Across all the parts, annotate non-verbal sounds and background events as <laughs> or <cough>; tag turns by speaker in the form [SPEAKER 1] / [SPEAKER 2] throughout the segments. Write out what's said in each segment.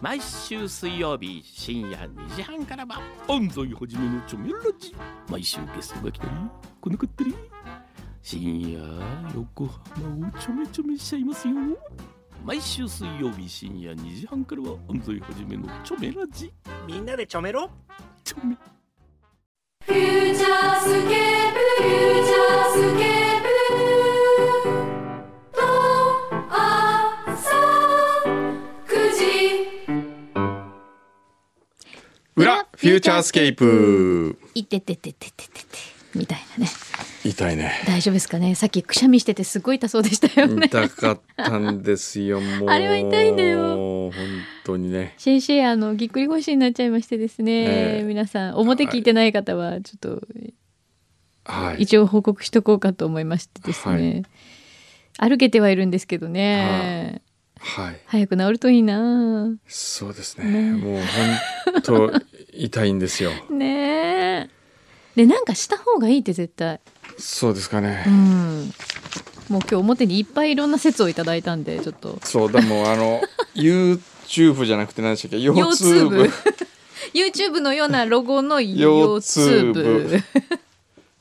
[SPEAKER 1] 毎週水曜日深夜2時半からは安西はじめのチョメラジ毎週ゲストが来たり来なかったり深夜横浜をちょめちょめしちゃいますよ毎週水曜日深夜2時半からは安西はじめのチョメラジ
[SPEAKER 2] みんなでちょめろ
[SPEAKER 1] チョメ
[SPEAKER 3] フューチャースケープフューチャースケープと朝9時
[SPEAKER 4] 裏フューチャースケープ
[SPEAKER 5] いてててててててみたいなね
[SPEAKER 4] 痛いね
[SPEAKER 5] 大丈夫ですかねさっきくしゃみしててすごい痛そうでしたよね
[SPEAKER 4] 痛かったんですよもう
[SPEAKER 5] あれは痛いんだよ
[SPEAKER 4] 本当にね
[SPEAKER 5] 先生あのぎっくり腰になっちゃいましてですね、
[SPEAKER 4] ええ
[SPEAKER 5] 皆さん表聞いてない方はちょっと
[SPEAKER 4] はい
[SPEAKER 5] 一応報告しとこうかと思いましてですね、歩けてはいるんですけどね、
[SPEAKER 4] はい
[SPEAKER 5] 早く治るといいな
[SPEAKER 4] そうですねもう本当痛いんですよ
[SPEAKER 5] ねえでなんかした方がいいって絶対
[SPEAKER 4] そうですか
[SPEAKER 5] う
[SPEAKER 4] ね
[SPEAKER 5] んもう今日表にいっぱいいろんな説をいただいたんでちょっと
[SPEAKER 4] そうだもうあの YouTube じゃなくて何でしたっけ腰
[SPEAKER 5] <laughs> 腰
[SPEAKER 4] 痛
[SPEAKER 5] 痛
[SPEAKER 4] 部
[SPEAKER 5] 部 YouTube のようなロゴの
[SPEAKER 4] 腰
[SPEAKER 5] 腰
[SPEAKER 4] 痛部
[SPEAKER 5] 痛部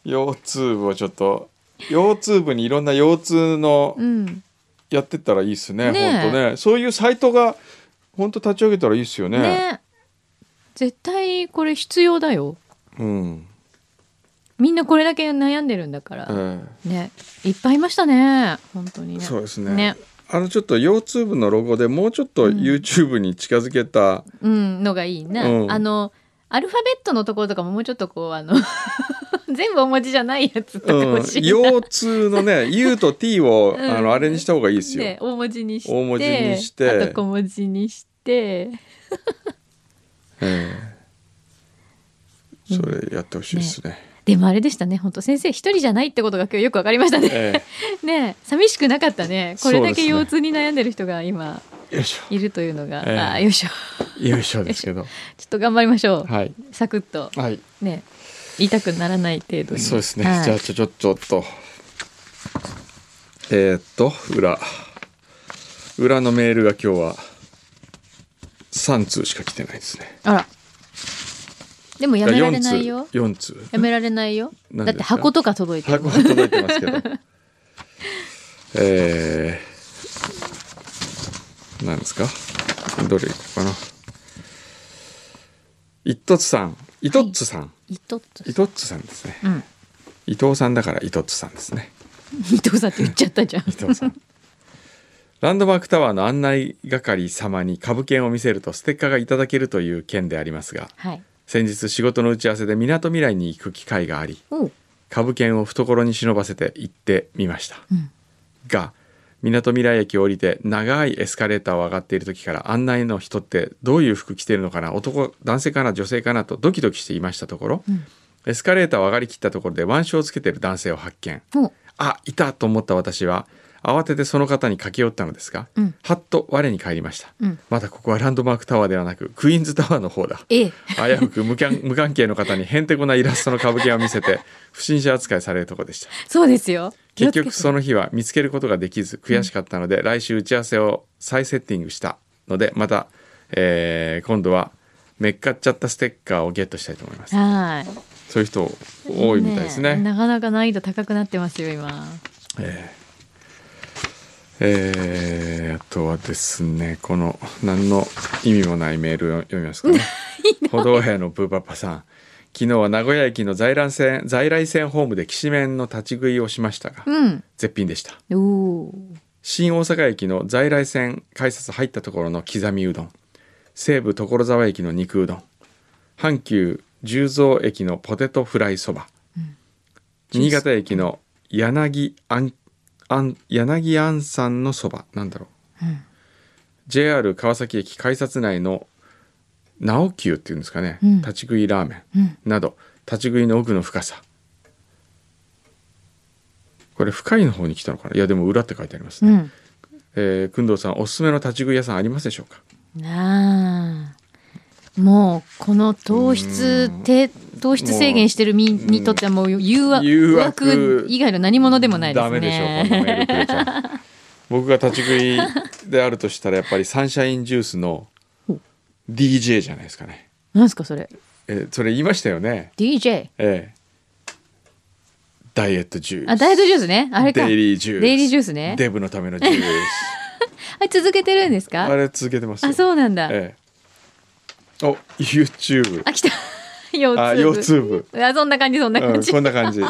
[SPEAKER 4] 腰痛部をちょっと腰痛部にいろんな腰痛の
[SPEAKER 5] うん
[SPEAKER 4] やってったらいいですね
[SPEAKER 5] ねえ
[SPEAKER 4] 本当ねそういうサイトが本当立ち上げたらいいですよ
[SPEAKER 5] ね絶対これ必要だよ
[SPEAKER 4] うん
[SPEAKER 5] みんなこれだけ悩んでるんだか
[SPEAKER 4] え
[SPEAKER 5] ら、
[SPEAKER 4] え
[SPEAKER 5] ねいっぱいいましたね本当にね
[SPEAKER 4] そうですね
[SPEAKER 5] ね
[SPEAKER 4] あのちょっと腰痛部のロゴでもうちょっと YouTube に近づけ
[SPEAKER 5] <laughs>
[SPEAKER 4] た、
[SPEAKER 5] うんのがいいな、
[SPEAKER 4] うん
[SPEAKER 5] あのアルファベットのところとかももうちょっとこうあの <laughs> 全部お文字じゃないやつとか
[SPEAKER 4] うん
[SPEAKER 5] 欲しいな、
[SPEAKER 4] 腰痛の
[SPEAKER 5] <laughs>
[SPEAKER 4] ね U と T を、
[SPEAKER 5] うん
[SPEAKER 4] あのあれにした方がいいですよ、
[SPEAKER 5] ね大文字にして
[SPEAKER 4] 大文字にして
[SPEAKER 5] あと小文字にして
[SPEAKER 4] ええそれやってほしいですね
[SPEAKER 5] でもあれでしたね本当先生一人じゃないってことが今日よくわかりましたね、
[SPEAKER 4] え
[SPEAKER 5] <laughs> ねえ寂しくなかったねこれだけ腰痛に悩んでる人が今
[SPEAKER 4] えよいし
[SPEAKER 5] いるというのが、
[SPEAKER 4] ええ
[SPEAKER 5] ああよいしょ
[SPEAKER 4] ょよいしょですけど
[SPEAKER 5] ちょっと頑張りましょう、
[SPEAKER 4] はい
[SPEAKER 5] サクッと
[SPEAKER 4] はい
[SPEAKER 5] ね痛くならない程度に
[SPEAKER 4] そうですね、
[SPEAKER 5] はい
[SPEAKER 4] じゃあちょちょちょっとえー、っと裏裏のメールが今日は3通しか来てないですね
[SPEAKER 5] あらでもやめられないよ
[SPEAKER 4] 4通4通
[SPEAKER 5] やめられないよ
[SPEAKER 4] 何
[SPEAKER 5] だっ
[SPEAKER 4] で
[SPEAKER 5] て
[SPEAKER 4] すか
[SPEAKER 5] 箱とか届いてる
[SPEAKER 4] 箱は届いてますけ <laughs> どえー、なんですかどれいこうかないっとつさんいとっつさん、
[SPEAKER 5] いとっと
[SPEAKER 4] い、とっつさんですね
[SPEAKER 5] うん、
[SPEAKER 4] 伊藤さんだからいとっつさんですね
[SPEAKER 5] 伊藤さんって言っちゃった
[SPEAKER 4] <laughs>
[SPEAKER 5] じゃん
[SPEAKER 4] 伊藤さんランドマークタワーの案内係様に株券を見せるとステッカーがいただけるという件でありますが
[SPEAKER 5] はい
[SPEAKER 4] 先日仕事の打ち合わせでみなとみらいに行く機会があり
[SPEAKER 5] おう
[SPEAKER 4] 株券を懐に忍ばせて行ってみました、
[SPEAKER 5] ん
[SPEAKER 4] がみなとみらい駅を降りて長いエスカレーターを上がっている時から案内の人ってどういう服着てるのかな男男性かな女性かなとドキドキしていましたところ、エスカレーターを上がりきったところで腕章をつけてる男性を発見
[SPEAKER 5] おう
[SPEAKER 4] あいたと思った私は慌ててその方に駆け寄ったのですが、
[SPEAKER 5] うん
[SPEAKER 4] はっと我に返りました、
[SPEAKER 5] うん
[SPEAKER 4] まだここはランドマークタワーではなくクイーンズタワーの方だ
[SPEAKER 5] え <laughs> え
[SPEAKER 4] 危うく無関無関係の方にへんてこなイラストの歌舞伎を見せて不審者扱いされるとこでした
[SPEAKER 5] そうですよ
[SPEAKER 4] 結局そ
[SPEAKER 5] の
[SPEAKER 4] の日は見つけることができず悔しかったので、来週打ち合わせを再セッティングしたのでまた、えー今度はめっかっちゃったステッカーをゲットしたいと思います
[SPEAKER 5] はい
[SPEAKER 4] そういう人多いみたいですね
[SPEAKER 5] なかなか難易度高くなってますよ今
[SPEAKER 4] えーえーあとはですねこの何の意味もないメールを読みますかね歩道屋のブーパパさん昨日は名古屋駅の在来線在来線ホームできしめんの立ち食いをしましたが、
[SPEAKER 5] うん
[SPEAKER 4] 絶品でした
[SPEAKER 5] おおー
[SPEAKER 4] 新大阪駅の在来線改札入ったところの刻みうどん西武所沢駅の肉うどん阪急十三駅のポテトフライそば、新潟駅の柳あんあん柳あんさんのそばなんだろう、
[SPEAKER 5] うん
[SPEAKER 4] JR 川崎駅改札内の直久っていうんですかね、
[SPEAKER 5] うん
[SPEAKER 4] 立ち食いラーメ
[SPEAKER 5] うん
[SPEAKER 4] ンなど立ち食いの奥の深さこれ深いの方に来たのかないやでも裏って書いてありますね、
[SPEAKER 5] うん
[SPEAKER 4] えー、くんどうさんおすすめの立ち食い屋さんありますでしょうか
[SPEAKER 5] なあもうこの糖質低糖質制限してる身
[SPEAKER 4] もう
[SPEAKER 5] にとってはもう誘惑
[SPEAKER 4] 誘
[SPEAKER 5] 誘
[SPEAKER 4] 惑
[SPEAKER 5] 惑以外の何物でもないですね
[SPEAKER 4] ダメでしょうこんなメールくれち
[SPEAKER 5] <laughs>
[SPEAKER 4] ゃう僕が立ち食いであるとしたらやっぱりサンシャインジュースの DJ じゃないですかね
[SPEAKER 5] なんですかそれ
[SPEAKER 4] えそれ言いましたよね
[SPEAKER 5] DJ
[SPEAKER 4] ええダイエットジュース
[SPEAKER 5] あダイエットジュースねあれか
[SPEAKER 4] デイリージュース
[SPEAKER 5] デイリージュースね
[SPEAKER 4] デブのためのジュース
[SPEAKER 5] <laughs> あ続けてるんです
[SPEAKER 4] あ
[SPEAKER 5] か
[SPEAKER 4] れ続けてますよ
[SPEAKER 5] あそうなんだ、
[SPEAKER 4] ええお YouTube
[SPEAKER 5] あ来た <laughs> 腰
[SPEAKER 4] あ
[SPEAKER 5] 痛部
[SPEAKER 4] YouTube
[SPEAKER 5] いやそんな感じそんな
[SPEAKER 4] う
[SPEAKER 5] 感
[SPEAKER 4] ん、
[SPEAKER 5] じ、
[SPEAKER 4] こんな感じ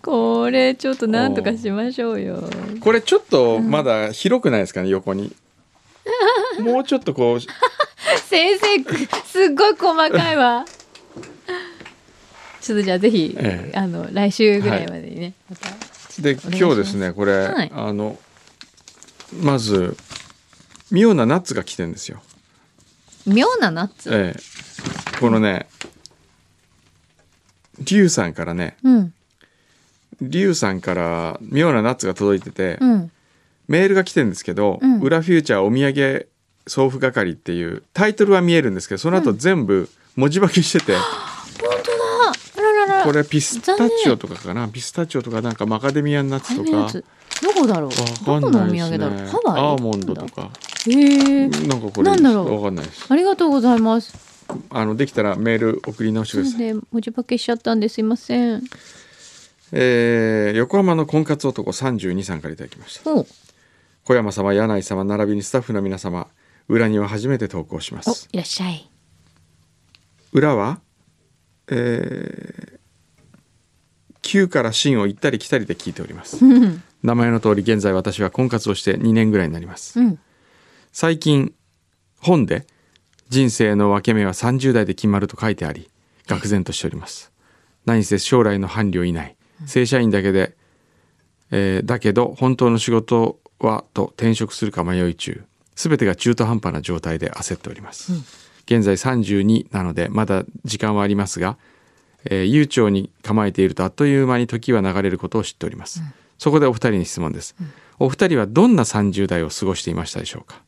[SPEAKER 5] これちょっとなんとかしましょうよ
[SPEAKER 4] これちょっとまだ広くないですかね横にもうちょっとこう
[SPEAKER 5] 先生くすっごい細か
[SPEAKER 4] <laughs>
[SPEAKER 5] いわちょっとじゃあぜひ、
[SPEAKER 4] ええ
[SPEAKER 5] あの来週ぐらいまでにね、また
[SPEAKER 4] で
[SPEAKER 5] お願いします
[SPEAKER 4] 今日ですねこれ、
[SPEAKER 5] はい
[SPEAKER 4] あのまず妙なナッツが来てんですよ、
[SPEAKER 5] 妙なナッツ、
[SPEAKER 4] ええ、このねリュウさんからね
[SPEAKER 5] うん
[SPEAKER 4] リュウさんから妙なナッツが届いてて、
[SPEAKER 5] うん
[SPEAKER 4] メールが来てるんですけど「
[SPEAKER 5] うん
[SPEAKER 4] 裏フューチャーお土産送付係」っていうタイトルは見えるんですけどその後全部文字化けしてて、
[SPEAKER 5] あららら
[SPEAKER 4] これピスタチオとかかなピスタチオとかなんかマカデミアナッツ
[SPEAKER 5] 初
[SPEAKER 4] と
[SPEAKER 5] めのや
[SPEAKER 4] か
[SPEAKER 5] つどこだろう
[SPEAKER 4] わか
[SPEAKER 5] どこ
[SPEAKER 4] ん
[SPEAKER 5] のお
[SPEAKER 4] ない
[SPEAKER 5] 土
[SPEAKER 4] です
[SPEAKER 5] 産だろう
[SPEAKER 4] ね
[SPEAKER 5] ハワイ
[SPEAKER 4] アーモンドとか
[SPEAKER 5] へえ
[SPEAKER 4] なんかこれ
[SPEAKER 5] なんだろう
[SPEAKER 4] わかんないです
[SPEAKER 5] ありがとうございます
[SPEAKER 4] あのできたらメール送り直して
[SPEAKER 5] そ
[SPEAKER 4] くだ
[SPEAKER 5] うです
[SPEAKER 4] さい、
[SPEAKER 5] ね文字化けしちゃったんですいません
[SPEAKER 4] えー横浜の婚活男32さんからいただきました
[SPEAKER 5] お
[SPEAKER 4] 小山様柳井様並びにスタッフの皆様裏には初めて投稿しま
[SPEAKER 5] お
[SPEAKER 4] す
[SPEAKER 5] いらっしゃい
[SPEAKER 4] 裏は、えー、旧から新を行ったり来たりで聞いております
[SPEAKER 5] うん
[SPEAKER 4] 名前の通り現在私は婚活をして2年ぐらいになります
[SPEAKER 5] うん
[SPEAKER 4] 最近本で「人生の分け目は30代で決まる」と書いてあり愕然としております何せ将来の伴侶いない正社員だけで、えーだけど本当の仕事はと転職するか迷い中全てが中途半端な状態で焦っております、現在32なのでまだ時間はありますが、えー悠長に構えているとあっという間に時は流れることを知っております、そこでお二人に質問です、お二人はどんな30代を過ごしていましたでしょうか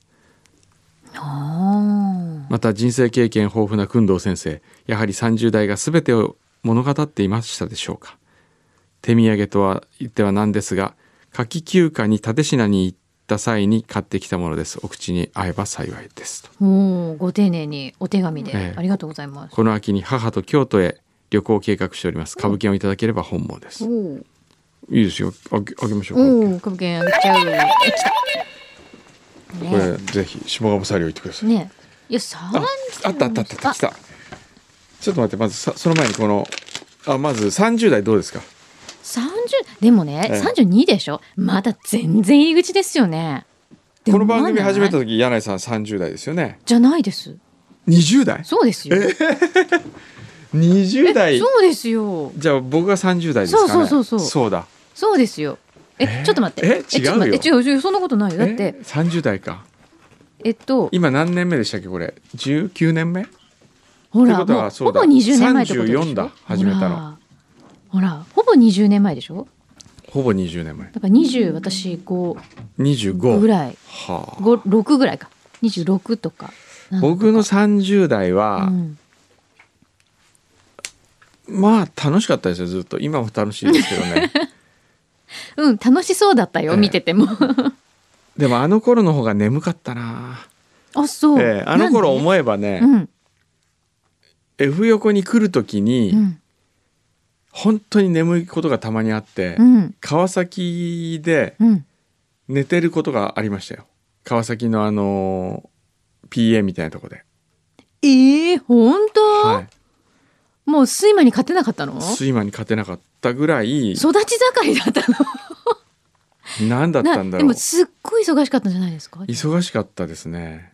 [SPEAKER 5] あ
[SPEAKER 4] また人生経験豊富な工藤先生やはり30代が全てを物語っていましたでしょうか手土産とは言ってはなんですが夏季休暇に蓼科に行った際に買ってきたものですお口に合えば幸いですと
[SPEAKER 5] ーおーご丁寧にお手紙
[SPEAKER 4] え
[SPEAKER 5] で
[SPEAKER 4] え
[SPEAKER 5] ありがとうございます
[SPEAKER 4] この秋に母と京都へ旅行を計画しております株券をいただければ本望で
[SPEAKER 5] お
[SPEAKER 4] すい
[SPEAKER 5] おー
[SPEAKER 4] いですよあげあげましょう株
[SPEAKER 5] おお株券あげちゃうえ来た
[SPEAKER 4] 券これ
[SPEAKER 5] ね
[SPEAKER 4] ぜひ下鴨さりを置いてください
[SPEAKER 5] ねいや三
[SPEAKER 4] ああったあったあったあった来たちょっと待ってまずさその前にこのあまず30代どうですか
[SPEAKER 5] 三十でもね、
[SPEAKER 4] ええ
[SPEAKER 5] 三十二でしょ。まだ全然入り口ですよね。で
[SPEAKER 4] こ
[SPEAKER 5] も
[SPEAKER 4] の番組始めた
[SPEAKER 5] まだない
[SPEAKER 4] 時柳井さん30代ですよね
[SPEAKER 5] じゃないです。
[SPEAKER 4] 20代
[SPEAKER 5] そうですよ。
[SPEAKER 4] 20代
[SPEAKER 5] そうですよ。
[SPEAKER 4] じゃあ僕が30代ですかね
[SPEAKER 5] そうそうそうそう
[SPEAKER 4] だ
[SPEAKER 5] そうですよ。え、ちょっと待って。
[SPEAKER 4] え
[SPEAKER 5] ちょっと待って
[SPEAKER 4] 違
[SPEAKER 5] 違う違うそんなことないよ。だって
[SPEAKER 4] え30代か
[SPEAKER 5] えっと
[SPEAKER 4] 今何年目でしたっけこれ19年目
[SPEAKER 5] ほ
[SPEAKER 4] って
[SPEAKER 5] ら
[SPEAKER 4] ことは
[SPEAKER 5] もう
[SPEAKER 4] そ
[SPEAKER 5] ほ
[SPEAKER 4] うだ
[SPEAKER 5] ぼ二十年前ってことでしょ。
[SPEAKER 4] 34だ始めたの
[SPEAKER 5] ほら。ほらほぼ二十年前でしょ。
[SPEAKER 4] ほぼ20年前
[SPEAKER 5] だから二十私五
[SPEAKER 4] 25
[SPEAKER 5] ぐらい
[SPEAKER 4] はあ
[SPEAKER 5] 五六ぐらいか。二十六とか。なんとか
[SPEAKER 4] 僕の30代
[SPEAKER 5] う
[SPEAKER 4] は、
[SPEAKER 5] ん
[SPEAKER 4] まあ楽しかったですよずっと今も楽しいですけど
[SPEAKER 5] <laughs>
[SPEAKER 4] ね
[SPEAKER 5] うん楽しそうだったよ、
[SPEAKER 4] ええ
[SPEAKER 5] 見てても。 <laughs>
[SPEAKER 4] でもあの頃の方が眠かったな、
[SPEAKER 5] あそう。
[SPEAKER 4] ええあの頃
[SPEAKER 5] い。
[SPEAKER 4] 思えばね、
[SPEAKER 5] うん。
[SPEAKER 4] F 横に来る時に、
[SPEAKER 5] うん
[SPEAKER 4] 本当に眠いことがたまにあって、
[SPEAKER 5] うん
[SPEAKER 4] 川崎で
[SPEAKER 5] うん
[SPEAKER 4] 寝てることがありましたよ川崎のあの PA みたいなとこで、
[SPEAKER 5] ええ本当、
[SPEAKER 4] は
[SPEAKER 5] もう睡魔に勝てなかったの
[SPEAKER 4] い、
[SPEAKER 5] 育
[SPEAKER 4] 睡魔に勝てなかったぐらい
[SPEAKER 5] ち盛りだったの
[SPEAKER 4] 何だったんだ
[SPEAKER 5] で
[SPEAKER 4] ろう
[SPEAKER 5] もすっごい忙しかったんじゃないですか
[SPEAKER 4] 忙しかったですね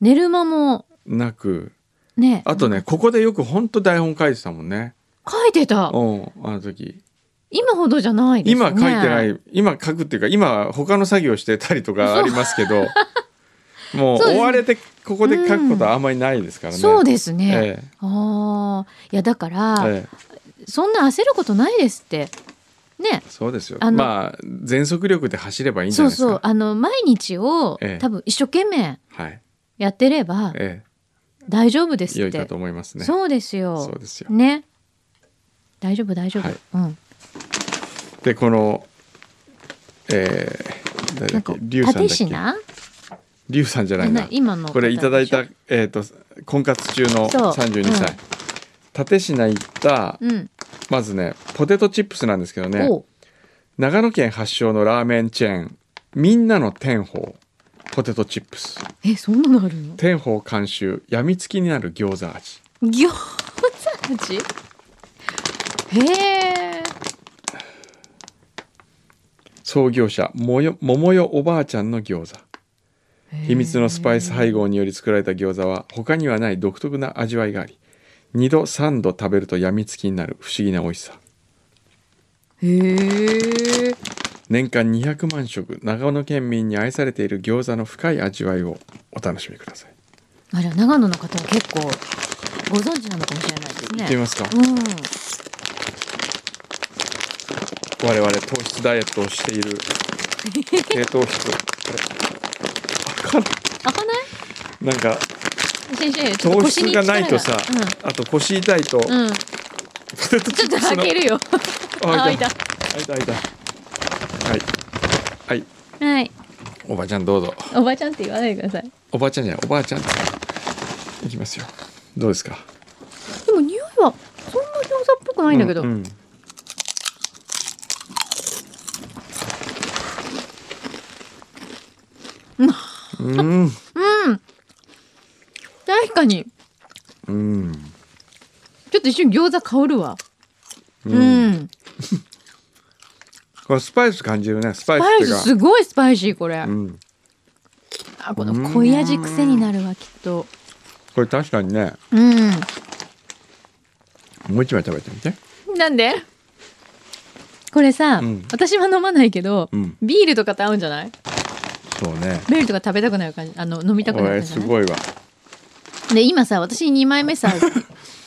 [SPEAKER 5] 寝る間も
[SPEAKER 4] なく
[SPEAKER 5] ね
[SPEAKER 4] あとねここでよく本当台本書いてたもんね
[SPEAKER 5] 書いてた
[SPEAKER 4] うんあの時
[SPEAKER 5] 今ほどじゃないです
[SPEAKER 4] 今
[SPEAKER 5] ね
[SPEAKER 4] 書いてない今書くっていうか今他の作業してたりとかありますけ
[SPEAKER 5] <laughs>
[SPEAKER 4] どもう
[SPEAKER 5] そうですね
[SPEAKER 4] 追われてここで書くことはあんまりないですからね、
[SPEAKER 5] そうですね、
[SPEAKER 4] え
[SPEAKER 5] ああいやだから、
[SPEAKER 4] えええ
[SPEAKER 5] そんな焦ることないですってね
[SPEAKER 4] そうですよ。
[SPEAKER 5] あの
[SPEAKER 4] まあ全速力で走ればいいんじゃ
[SPEAKER 5] そ
[SPEAKER 4] ないうですか。
[SPEAKER 5] そうあの毎日を、
[SPEAKER 4] ええ
[SPEAKER 5] 多分一生懸命
[SPEAKER 4] はい。
[SPEAKER 5] やってれば
[SPEAKER 4] え
[SPEAKER 5] 大丈夫で
[SPEAKER 4] え、
[SPEAKER 5] す
[SPEAKER 4] 良
[SPEAKER 5] っ
[SPEAKER 4] い
[SPEAKER 5] て、
[SPEAKER 4] かと思いますね。う
[SPEAKER 5] そうですよ
[SPEAKER 4] そうですよ。
[SPEAKER 5] ね大丈夫大丈夫、
[SPEAKER 4] はい
[SPEAKER 5] うん
[SPEAKER 4] でこのえー、誰
[SPEAKER 5] な
[SPEAKER 4] だ
[SPEAKER 5] ん
[SPEAKER 4] っ
[SPEAKER 5] か
[SPEAKER 4] け、リュウさんだっ
[SPEAKER 5] 立科
[SPEAKER 4] リュウさんじゃないな
[SPEAKER 5] な今の
[SPEAKER 4] これいただいた
[SPEAKER 5] 方でし、
[SPEAKER 4] えー、と婚活中の
[SPEAKER 5] そう
[SPEAKER 4] 32歳、
[SPEAKER 5] うん
[SPEAKER 4] 蓼科行った
[SPEAKER 5] ょうん、
[SPEAKER 4] まずねポテトチップスなんですけどね
[SPEAKER 5] おう
[SPEAKER 4] 長野県発祥のラーメンチェーンみんなの天宝ポテトチップス
[SPEAKER 5] えそんなのあるの
[SPEAKER 4] 天宝監修やみつきになる餃子味
[SPEAKER 5] 餃子味へえ
[SPEAKER 4] 創業者もよ桃代おばあちゃんの餃子秘密のスパイス配合により作られた餃子は他にはない独特な味わいがあり2度3度食べるとやみつきになる不思議な美味しさ
[SPEAKER 5] へえ
[SPEAKER 4] 年間200万食長野県民に愛されている餃子の深い味わいをお楽しみください
[SPEAKER 5] あれ長野の方は結構ご存知なのかもしれないですね
[SPEAKER 4] 行ってみますか
[SPEAKER 5] うん
[SPEAKER 4] 我々糖質ダイエットをしている低糖質これあかん
[SPEAKER 5] 開かない
[SPEAKER 4] なんか
[SPEAKER 5] 先生ちょっと
[SPEAKER 4] 糖
[SPEAKER 5] 腰
[SPEAKER 4] 質
[SPEAKER 5] に
[SPEAKER 4] がないとさ、
[SPEAKER 5] 力が
[SPEAKER 4] あと腰痛いと、
[SPEAKER 5] うん、うん、
[SPEAKER 4] ポテト
[SPEAKER 5] ち
[SPEAKER 4] チッ
[SPEAKER 5] ょ
[SPEAKER 4] プ
[SPEAKER 5] っと
[SPEAKER 4] スの
[SPEAKER 5] 開けるよ
[SPEAKER 4] あ
[SPEAKER 5] 開いた
[SPEAKER 4] 開いた開いたはいはい
[SPEAKER 5] はい
[SPEAKER 4] おばちゃんどうぞ
[SPEAKER 5] おばちゃんって言わないでください
[SPEAKER 4] おばちゃんじゃないおばあちゃんいきますよどうですか
[SPEAKER 5] でも匂いはそんな餃子っぽくないんだけど、
[SPEAKER 4] うんうんうん
[SPEAKER 5] 確かに
[SPEAKER 4] うん
[SPEAKER 5] ちょっと一瞬餃子香るわうん、
[SPEAKER 4] これスパイス感じるねスパイスっ
[SPEAKER 5] スパ
[SPEAKER 4] て
[SPEAKER 5] イ
[SPEAKER 4] いう
[SPEAKER 5] ス
[SPEAKER 4] か
[SPEAKER 5] すごいスパイシーこれ、
[SPEAKER 4] うん、
[SPEAKER 5] あこの濃い味癖になるわきっと
[SPEAKER 4] これ確かにね
[SPEAKER 5] うん
[SPEAKER 4] もう一枚食べてみて
[SPEAKER 5] なんでこれさ、
[SPEAKER 4] うん
[SPEAKER 5] 私は飲まないけど、
[SPEAKER 4] うん
[SPEAKER 5] ビールとかと合うんじゃない
[SPEAKER 4] そうね
[SPEAKER 5] ビールとか食べたくなる感じあの飲みたく
[SPEAKER 4] こ
[SPEAKER 5] な
[SPEAKER 4] れ
[SPEAKER 5] る感じ
[SPEAKER 4] す
[SPEAKER 5] じゃない
[SPEAKER 4] ごいわ
[SPEAKER 5] で今さ私2枚
[SPEAKER 4] <laughs>
[SPEAKER 5] 目さ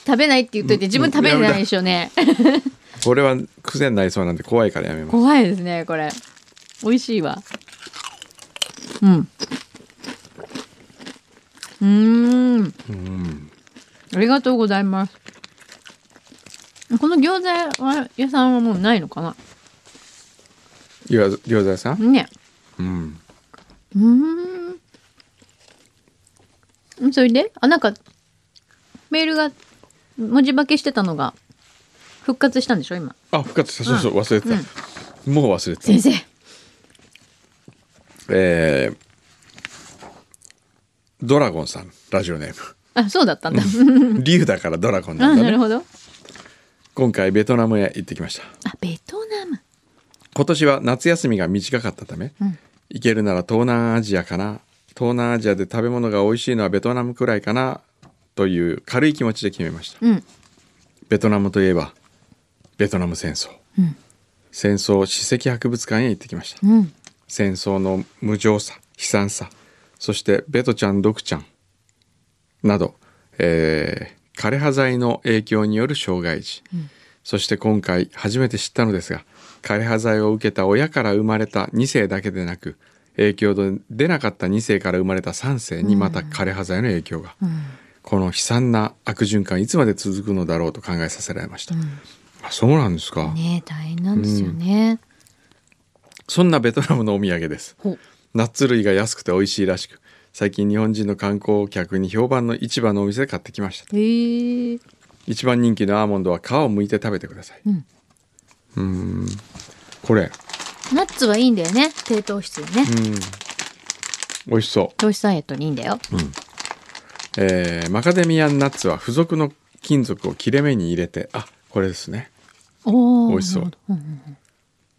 [SPEAKER 5] 食べないって言っといて自分食べれてないでしょうね
[SPEAKER 4] これは癖になりそうなんで怖いからやめます
[SPEAKER 5] 怖いですねこれ美味しいわうんうーん
[SPEAKER 4] うん
[SPEAKER 5] ありがとうございますこの餃子は屋さんはもうないのかな
[SPEAKER 4] 餃子餃子屋さん
[SPEAKER 5] ね
[SPEAKER 4] うん
[SPEAKER 5] うーん。それであ、なんか、メールが文字化けしてたのが、復活したんでしょ今。
[SPEAKER 4] あ復活したそうそう忘れてた、もう忘れてた
[SPEAKER 5] 先生。
[SPEAKER 4] えードラゴンさんラジオネー
[SPEAKER 5] <laughs> あ、そうだったんだ。
[SPEAKER 4] ム竜だからドラゴンな
[SPEAKER 5] あ、
[SPEAKER 4] んだ
[SPEAKER 5] な
[SPEAKER 4] ね
[SPEAKER 5] るほど。
[SPEAKER 4] 今回ベトナムへ行ってきました
[SPEAKER 5] あ、ベトナム。
[SPEAKER 4] 今年は夏休みが短かったため、
[SPEAKER 5] うん
[SPEAKER 4] 行けるなら東南アジアかな東南アジアで食べ物が美味しいのはベトナムくらいかなという軽い気持ちで決めました
[SPEAKER 5] うん。
[SPEAKER 4] ベトナムといえばベトナム戦争、
[SPEAKER 5] うん
[SPEAKER 4] 戦争史跡博物館へ行ってきました
[SPEAKER 5] うん。
[SPEAKER 4] 戦争の無情さ悲惨さそしてベトちゃんドクちゃんなど、えー枯葉剤の影響による障害児、そして今回初めて知ったのですが枯葉剤を受けた親から生まれた2世だけでなく影響で出なかった2世から生まれた3世にまた枯葉剤の影響が、この悲惨な悪循環いつまで続くのだろうと考えさせられました、あそうなんですか、
[SPEAKER 5] ねえ、大変なんですよね。
[SPEAKER 4] そんなベトナムのお土産です
[SPEAKER 5] ほう
[SPEAKER 4] ナッツ類が安くて美味しいらしく最近日本人の観光客に評判の市場のお店で買ってきました
[SPEAKER 5] へえ
[SPEAKER 4] 一番人気のアーモンドは皮を剥いて食べてください
[SPEAKER 5] うん
[SPEAKER 4] うーんこれ
[SPEAKER 5] ナッツはいいんだよね。低糖質よ
[SPEAKER 4] う
[SPEAKER 5] ね。
[SPEAKER 4] ん美味しそう
[SPEAKER 5] 糖質ダイエットにいいんだよ。
[SPEAKER 4] えーマカデミアンナッツは付属の金属を切れ目に入れてあこれですね
[SPEAKER 5] おお。
[SPEAKER 4] 美味しそう
[SPEAKER 5] なるほどん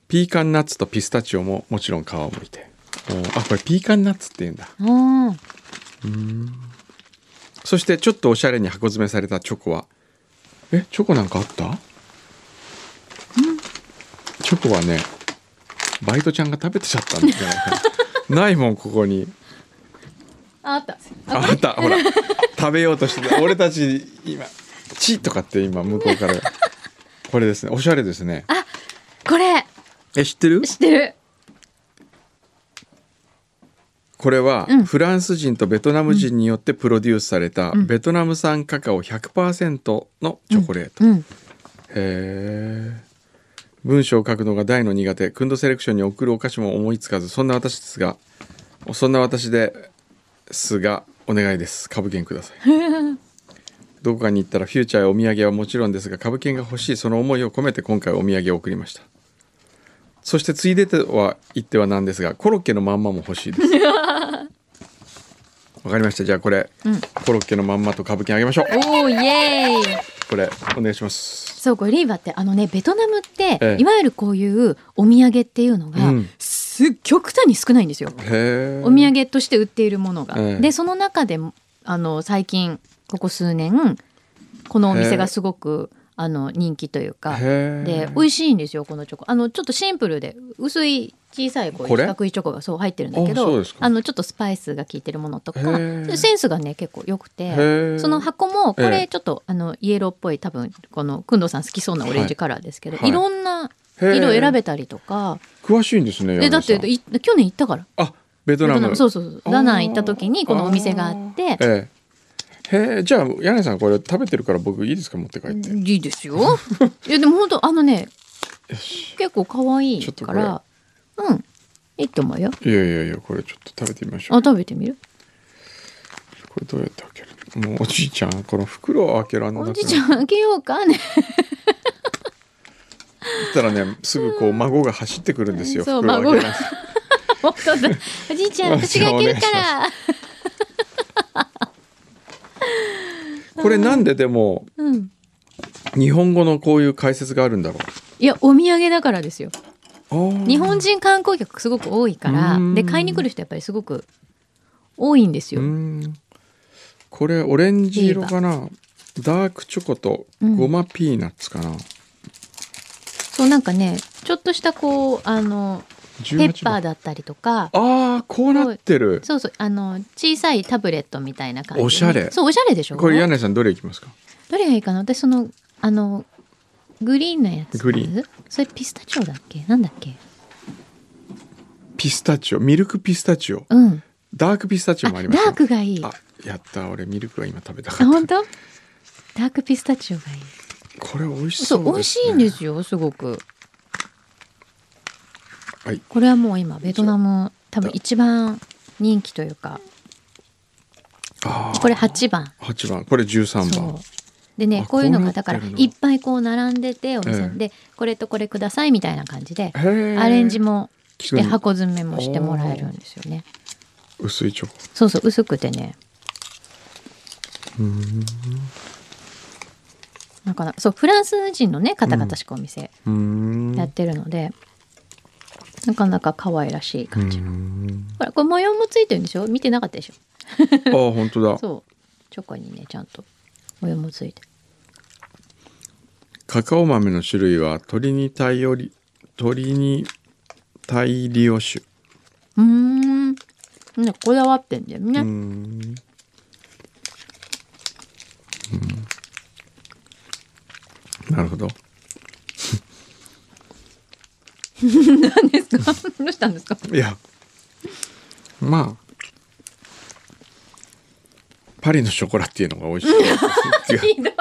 [SPEAKER 4] ピーカンナッツとピスタチオももちろん皮を剥いておーあこれピーカンナッツって言うんだ
[SPEAKER 5] うんあー
[SPEAKER 4] そしてちょっとおしゃれに箱詰めされたチョコはえチョコなんかあった、チョコはねバイトちゃんが食べてちゃったんですよないもんここに
[SPEAKER 5] ああった。
[SPEAKER 4] ああったほら食べようとしてた俺たち今「チ」とかって今向こうからこれですねおしゃれですね
[SPEAKER 5] これ、
[SPEAKER 4] え知ってる
[SPEAKER 5] 知ってる。
[SPEAKER 4] これは
[SPEAKER 5] うん
[SPEAKER 4] フランス人とベトナム人によってプロデュースされたベトナム産カカオ100%のチョコレート、
[SPEAKER 5] うん。
[SPEAKER 4] へえ文章を書くのが大の苦手クンドセレクションに送るお菓子も思いつかずそんな私ですがそんな私ですがお願いです株券く
[SPEAKER 5] <laughs>
[SPEAKER 4] ださいどこかに行ったらフューチャーへお土産はもちろんですが株券が欲しいその思いを込めて今回お土産を送りましたそしてついでとは言ってはなんですがコロッケのまんまも欲しいですわかりましたじゃあこれ、コロッケのまんまと株券あげましょう
[SPEAKER 5] おーイエーイ
[SPEAKER 4] これお願いします
[SPEAKER 5] そうこれリーバってあのねベトナムって、
[SPEAKER 4] ええ
[SPEAKER 5] いわゆるこういうお土産っていうのが、
[SPEAKER 4] うん
[SPEAKER 5] すっ極端に少ないんですよ、
[SPEAKER 4] へえ
[SPEAKER 5] お土産として売っているものが、
[SPEAKER 4] ええ
[SPEAKER 5] でその中でもあの最近ここ数年このお店がすごく、あの人気というか
[SPEAKER 4] へえ
[SPEAKER 5] で美味しいんですよこのチョコあのちょっとシンプルで薄い小さいこういう
[SPEAKER 4] これ
[SPEAKER 5] 四角いチョコがそう入ってるんだけ
[SPEAKER 4] あそう
[SPEAKER 5] ど
[SPEAKER 4] ですか
[SPEAKER 5] あのちょっとスパイスが効いてるものとか
[SPEAKER 4] へえ
[SPEAKER 5] センスがね結構良くて
[SPEAKER 4] へえ
[SPEAKER 5] その箱もこ
[SPEAKER 4] ええ
[SPEAKER 5] れちょっとあのイエローっぽい多分この工藤さん好きそうなオレンジカラーですけど
[SPEAKER 4] はい
[SPEAKER 5] いろんな
[SPEAKER 4] へえ
[SPEAKER 5] 色選べたりとか
[SPEAKER 4] 詳しいんですね
[SPEAKER 5] え
[SPEAKER 4] 柳
[SPEAKER 5] だっ
[SPEAKER 4] さ
[SPEAKER 5] て
[SPEAKER 4] ん
[SPEAKER 5] い去年行ったから
[SPEAKER 4] あベトナム
[SPEAKER 5] そうそうそう
[SPEAKER 4] あー
[SPEAKER 5] ダナン行った時にこのお店があって
[SPEAKER 4] ええへえじゃあ柳井さんこれ食べてるから僕いいですか持って帰って、
[SPEAKER 5] いいですよいやでも本当あのね結構可愛いからうんいいと思うよ
[SPEAKER 4] いやいやいやこれちょっと食べてみましょ
[SPEAKER 5] あ
[SPEAKER 4] う
[SPEAKER 5] 食べてみる
[SPEAKER 4] これどうやって開けるもうおじいちゃんこの袋を開けらんなくな
[SPEAKER 5] お
[SPEAKER 4] っ
[SPEAKER 5] じいちゃん開けようか
[SPEAKER 4] <laughs>
[SPEAKER 5] ね。
[SPEAKER 4] たらねすぐこう孫が走ってくるんですよ
[SPEAKER 5] そう
[SPEAKER 4] 袋を開けらん
[SPEAKER 5] 本当だおじいちゃん、
[SPEAKER 4] おじい
[SPEAKER 5] 私
[SPEAKER 4] ちゃ
[SPEAKER 5] が
[SPEAKER 4] ん
[SPEAKER 5] 開けるから。
[SPEAKER 4] これなんででも
[SPEAKER 5] うん。
[SPEAKER 4] 日本語のこういう解説があるんだろ
[SPEAKER 5] いや、お土産だからですよ。
[SPEAKER 4] う
[SPEAKER 5] 日本人観光客すごく多いか
[SPEAKER 4] う
[SPEAKER 5] ら
[SPEAKER 4] ん、
[SPEAKER 5] で、買いに来る人やっぱりすごく多いんです
[SPEAKER 4] う
[SPEAKER 5] よ。
[SPEAKER 4] んこれオレンジ色かなダークチョコとゴマピーナッツかな、
[SPEAKER 5] そう、なんかね、ちょっとしたこう、あの、ペッ
[SPEAKER 4] 18
[SPEAKER 5] パ
[SPEAKER 4] 番
[SPEAKER 5] ーだったりとか、
[SPEAKER 4] ああこうなってる
[SPEAKER 5] そうそう、あの、小さいタブレットみたいな感じで。
[SPEAKER 4] おしゃれ
[SPEAKER 5] そう、おしゃれでしょ
[SPEAKER 4] これ
[SPEAKER 5] ど
[SPEAKER 4] 柳井さんどれいきますか
[SPEAKER 5] れがいいかな私、その、あの、グリーンのやつ。
[SPEAKER 4] グリー
[SPEAKER 5] ン。それピスタチオだっけなんだっけ
[SPEAKER 4] ピスタチオミルクピスタチオ
[SPEAKER 5] うん。
[SPEAKER 4] ダークピスタチオ
[SPEAKER 5] あ
[SPEAKER 4] もあ
[SPEAKER 5] ダ
[SPEAKER 4] ります
[SPEAKER 5] ークがいい。
[SPEAKER 4] あやった俺ミルクは今食べたか
[SPEAKER 5] あ本
[SPEAKER 4] った
[SPEAKER 5] 当ダークピスタチオがいい
[SPEAKER 4] これ美味しそ
[SPEAKER 5] そ
[SPEAKER 4] うう
[SPEAKER 5] 美味しいんですすよすごく
[SPEAKER 4] はい
[SPEAKER 5] これはもう今ベトナム多分一番人気というか
[SPEAKER 4] あ
[SPEAKER 5] これ8番
[SPEAKER 4] 8番これ13
[SPEAKER 5] そ
[SPEAKER 4] 番
[SPEAKER 5] うでね
[SPEAKER 4] あ
[SPEAKER 5] こういうの
[SPEAKER 4] こ
[SPEAKER 5] が
[SPEAKER 4] うな
[SPEAKER 5] だ
[SPEAKER 4] って
[SPEAKER 5] か
[SPEAKER 4] る
[SPEAKER 5] ら
[SPEAKER 4] の
[SPEAKER 5] いっぱいこう並んでてお
[SPEAKER 4] え
[SPEAKER 5] 店
[SPEAKER 4] え
[SPEAKER 5] でこれとこれくださいみたいな感じで
[SPEAKER 4] へー
[SPEAKER 5] アレンジもして
[SPEAKER 4] 聞くの
[SPEAKER 5] 箱詰めもしてもらえるんですよね
[SPEAKER 4] 薄いチョコ
[SPEAKER 5] そうそう薄くてねなかなかそうフランス人のね方々しかお店、
[SPEAKER 4] うーん
[SPEAKER 5] やってるので、なかなか可愛らしい感じの、
[SPEAKER 4] うーん
[SPEAKER 5] ほらこれ模様もついてるんでしょ見てなかったでしょ
[SPEAKER 4] あー本当だ
[SPEAKER 5] そうチョコにねちゃんと模様もついて
[SPEAKER 4] カカオ豆の種類は鳥に対応り鳥に対利用種
[SPEAKER 5] うーんねこだわってんだよね、
[SPEAKER 4] うーんうんなるほど
[SPEAKER 5] 何ですか <laughs> どうしたんですか
[SPEAKER 4] いやまあパリのショコラっていうのが美
[SPEAKER 5] <laughs>
[SPEAKER 4] 味しい違う
[SPEAKER 5] ひどい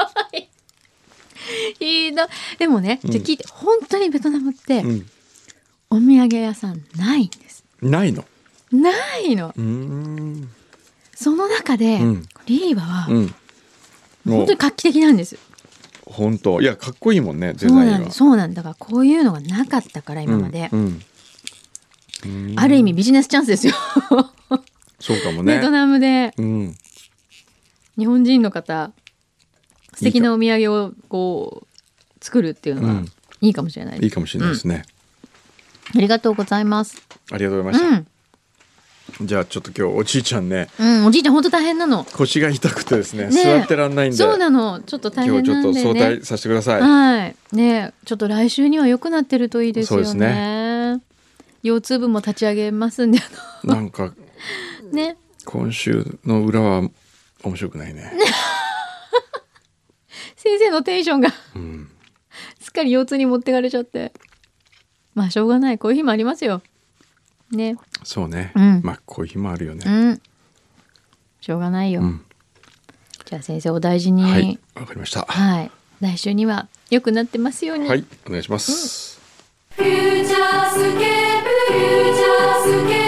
[SPEAKER 5] ひどいでもねじゃあ聞いて、本当にベトナムって、お土産屋さんないんです
[SPEAKER 4] ないの
[SPEAKER 5] ないの
[SPEAKER 4] うーん
[SPEAKER 5] その中で、
[SPEAKER 4] うん
[SPEAKER 5] リーバは、
[SPEAKER 4] うんも
[SPEAKER 5] 本
[SPEAKER 4] う
[SPEAKER 5] 当に画期的なんです
[SPEAKER 4] 本当いやかっこいいもんねデ
[SPEAKER 5] そう
[SPEAKER 4] ザイン
[SPEAKER 5] なん
[SPEAKER 4] は
[SPEAKER 5] ですそうなんだだからこういうのがなかったから今まで、
[SPEAKER 4] うんうんうん
[SPEAKER 5] ある意味ビジネスチャンスですよ。
[SPEAKER 4] そうかも
[SPEAKER 5] ベ
[SPEAKER 4] ね
[SPEAKER 5] トナムで
[SPEAKER 4] うん
[SPEAKER 5] 日本人の方素敵なお土産をこう作るっていうの
[SPEAKER 4] う
[SPEAKER 5] は
[SPEAKER 4] ん
[SPEAKER 5] いいかもしれない
[SPEAKER 4] い
[SPEAKER 5] で
[SPEAKER 4] い
[SPEAKER 5] す。
[SPEAKER 4] かもしれないですね
[SPEAKER 5] ありがとうございます。
[SPEAKER 4] ありがとうございまし
[SPEAKER 5] うん、
[SPEAKER 4] たじゃあちょっと今日おじいちゃんね
[SPEAKER 5] うん、おじいちゃん本当大変なの。
[SPEAKER 4] 腰が痛くてですね
[SPEAKER 5] ね
[SPEAKER 4] 座ってらんないんで
[SPEAKER 5] そうなの、ちょっと大
[SPEAKER 4] 今日
[SPEAKER 5] 変
[SPEAKER 4] ちょ
[SPEAKER 5] な
[SPEAKER 4] っ
[SPEAKER 5] ん
[SPEAKER 4] と
[SPEAKER 5] で
[SPEAKER 4] 早
[SPEAKER 5] ね
[SPEAKER 4] 退。させてください
[SPEAKER 5] はい、ね、ちょっと来週には良くなってるといいですよ
[SPEAKER 4] そうです
[SPEAKER 5] ね。腰痛部も立ち上げますんで、あ
[SPEAKER 4] なんか
[SPEAKER 5] のね。
[SPEAKER 4] 今週の裏は面白くないね
[SPEAKER 5] 先生のテンションが
[SPEAKER 4] うん
[SPEAKER 5] すっかり腰痛に持ってかれちゃって。まあしょうがない、こういう日もありますよ。ね。
[SPEAKER 4] そうね、
[SPEAKER 5] うん
[SPEAKER 4] まあこういう日もあるよね、
[SPEAKER 5] うん。しょうがないよ。
[SPEAKER 4] うん
[SPEAKER 5] じゃあ先生お大事に。
[SPEAKER 4] は
[SPEAKER 5] はいい。
[SPEAKER 4] わかりました
[SPEAKER 5] 来週には良くなってますように。
[SPEAKER 4] はいお願いします、
[SPEAKER 3] 「フューチャースケープフューチャースケ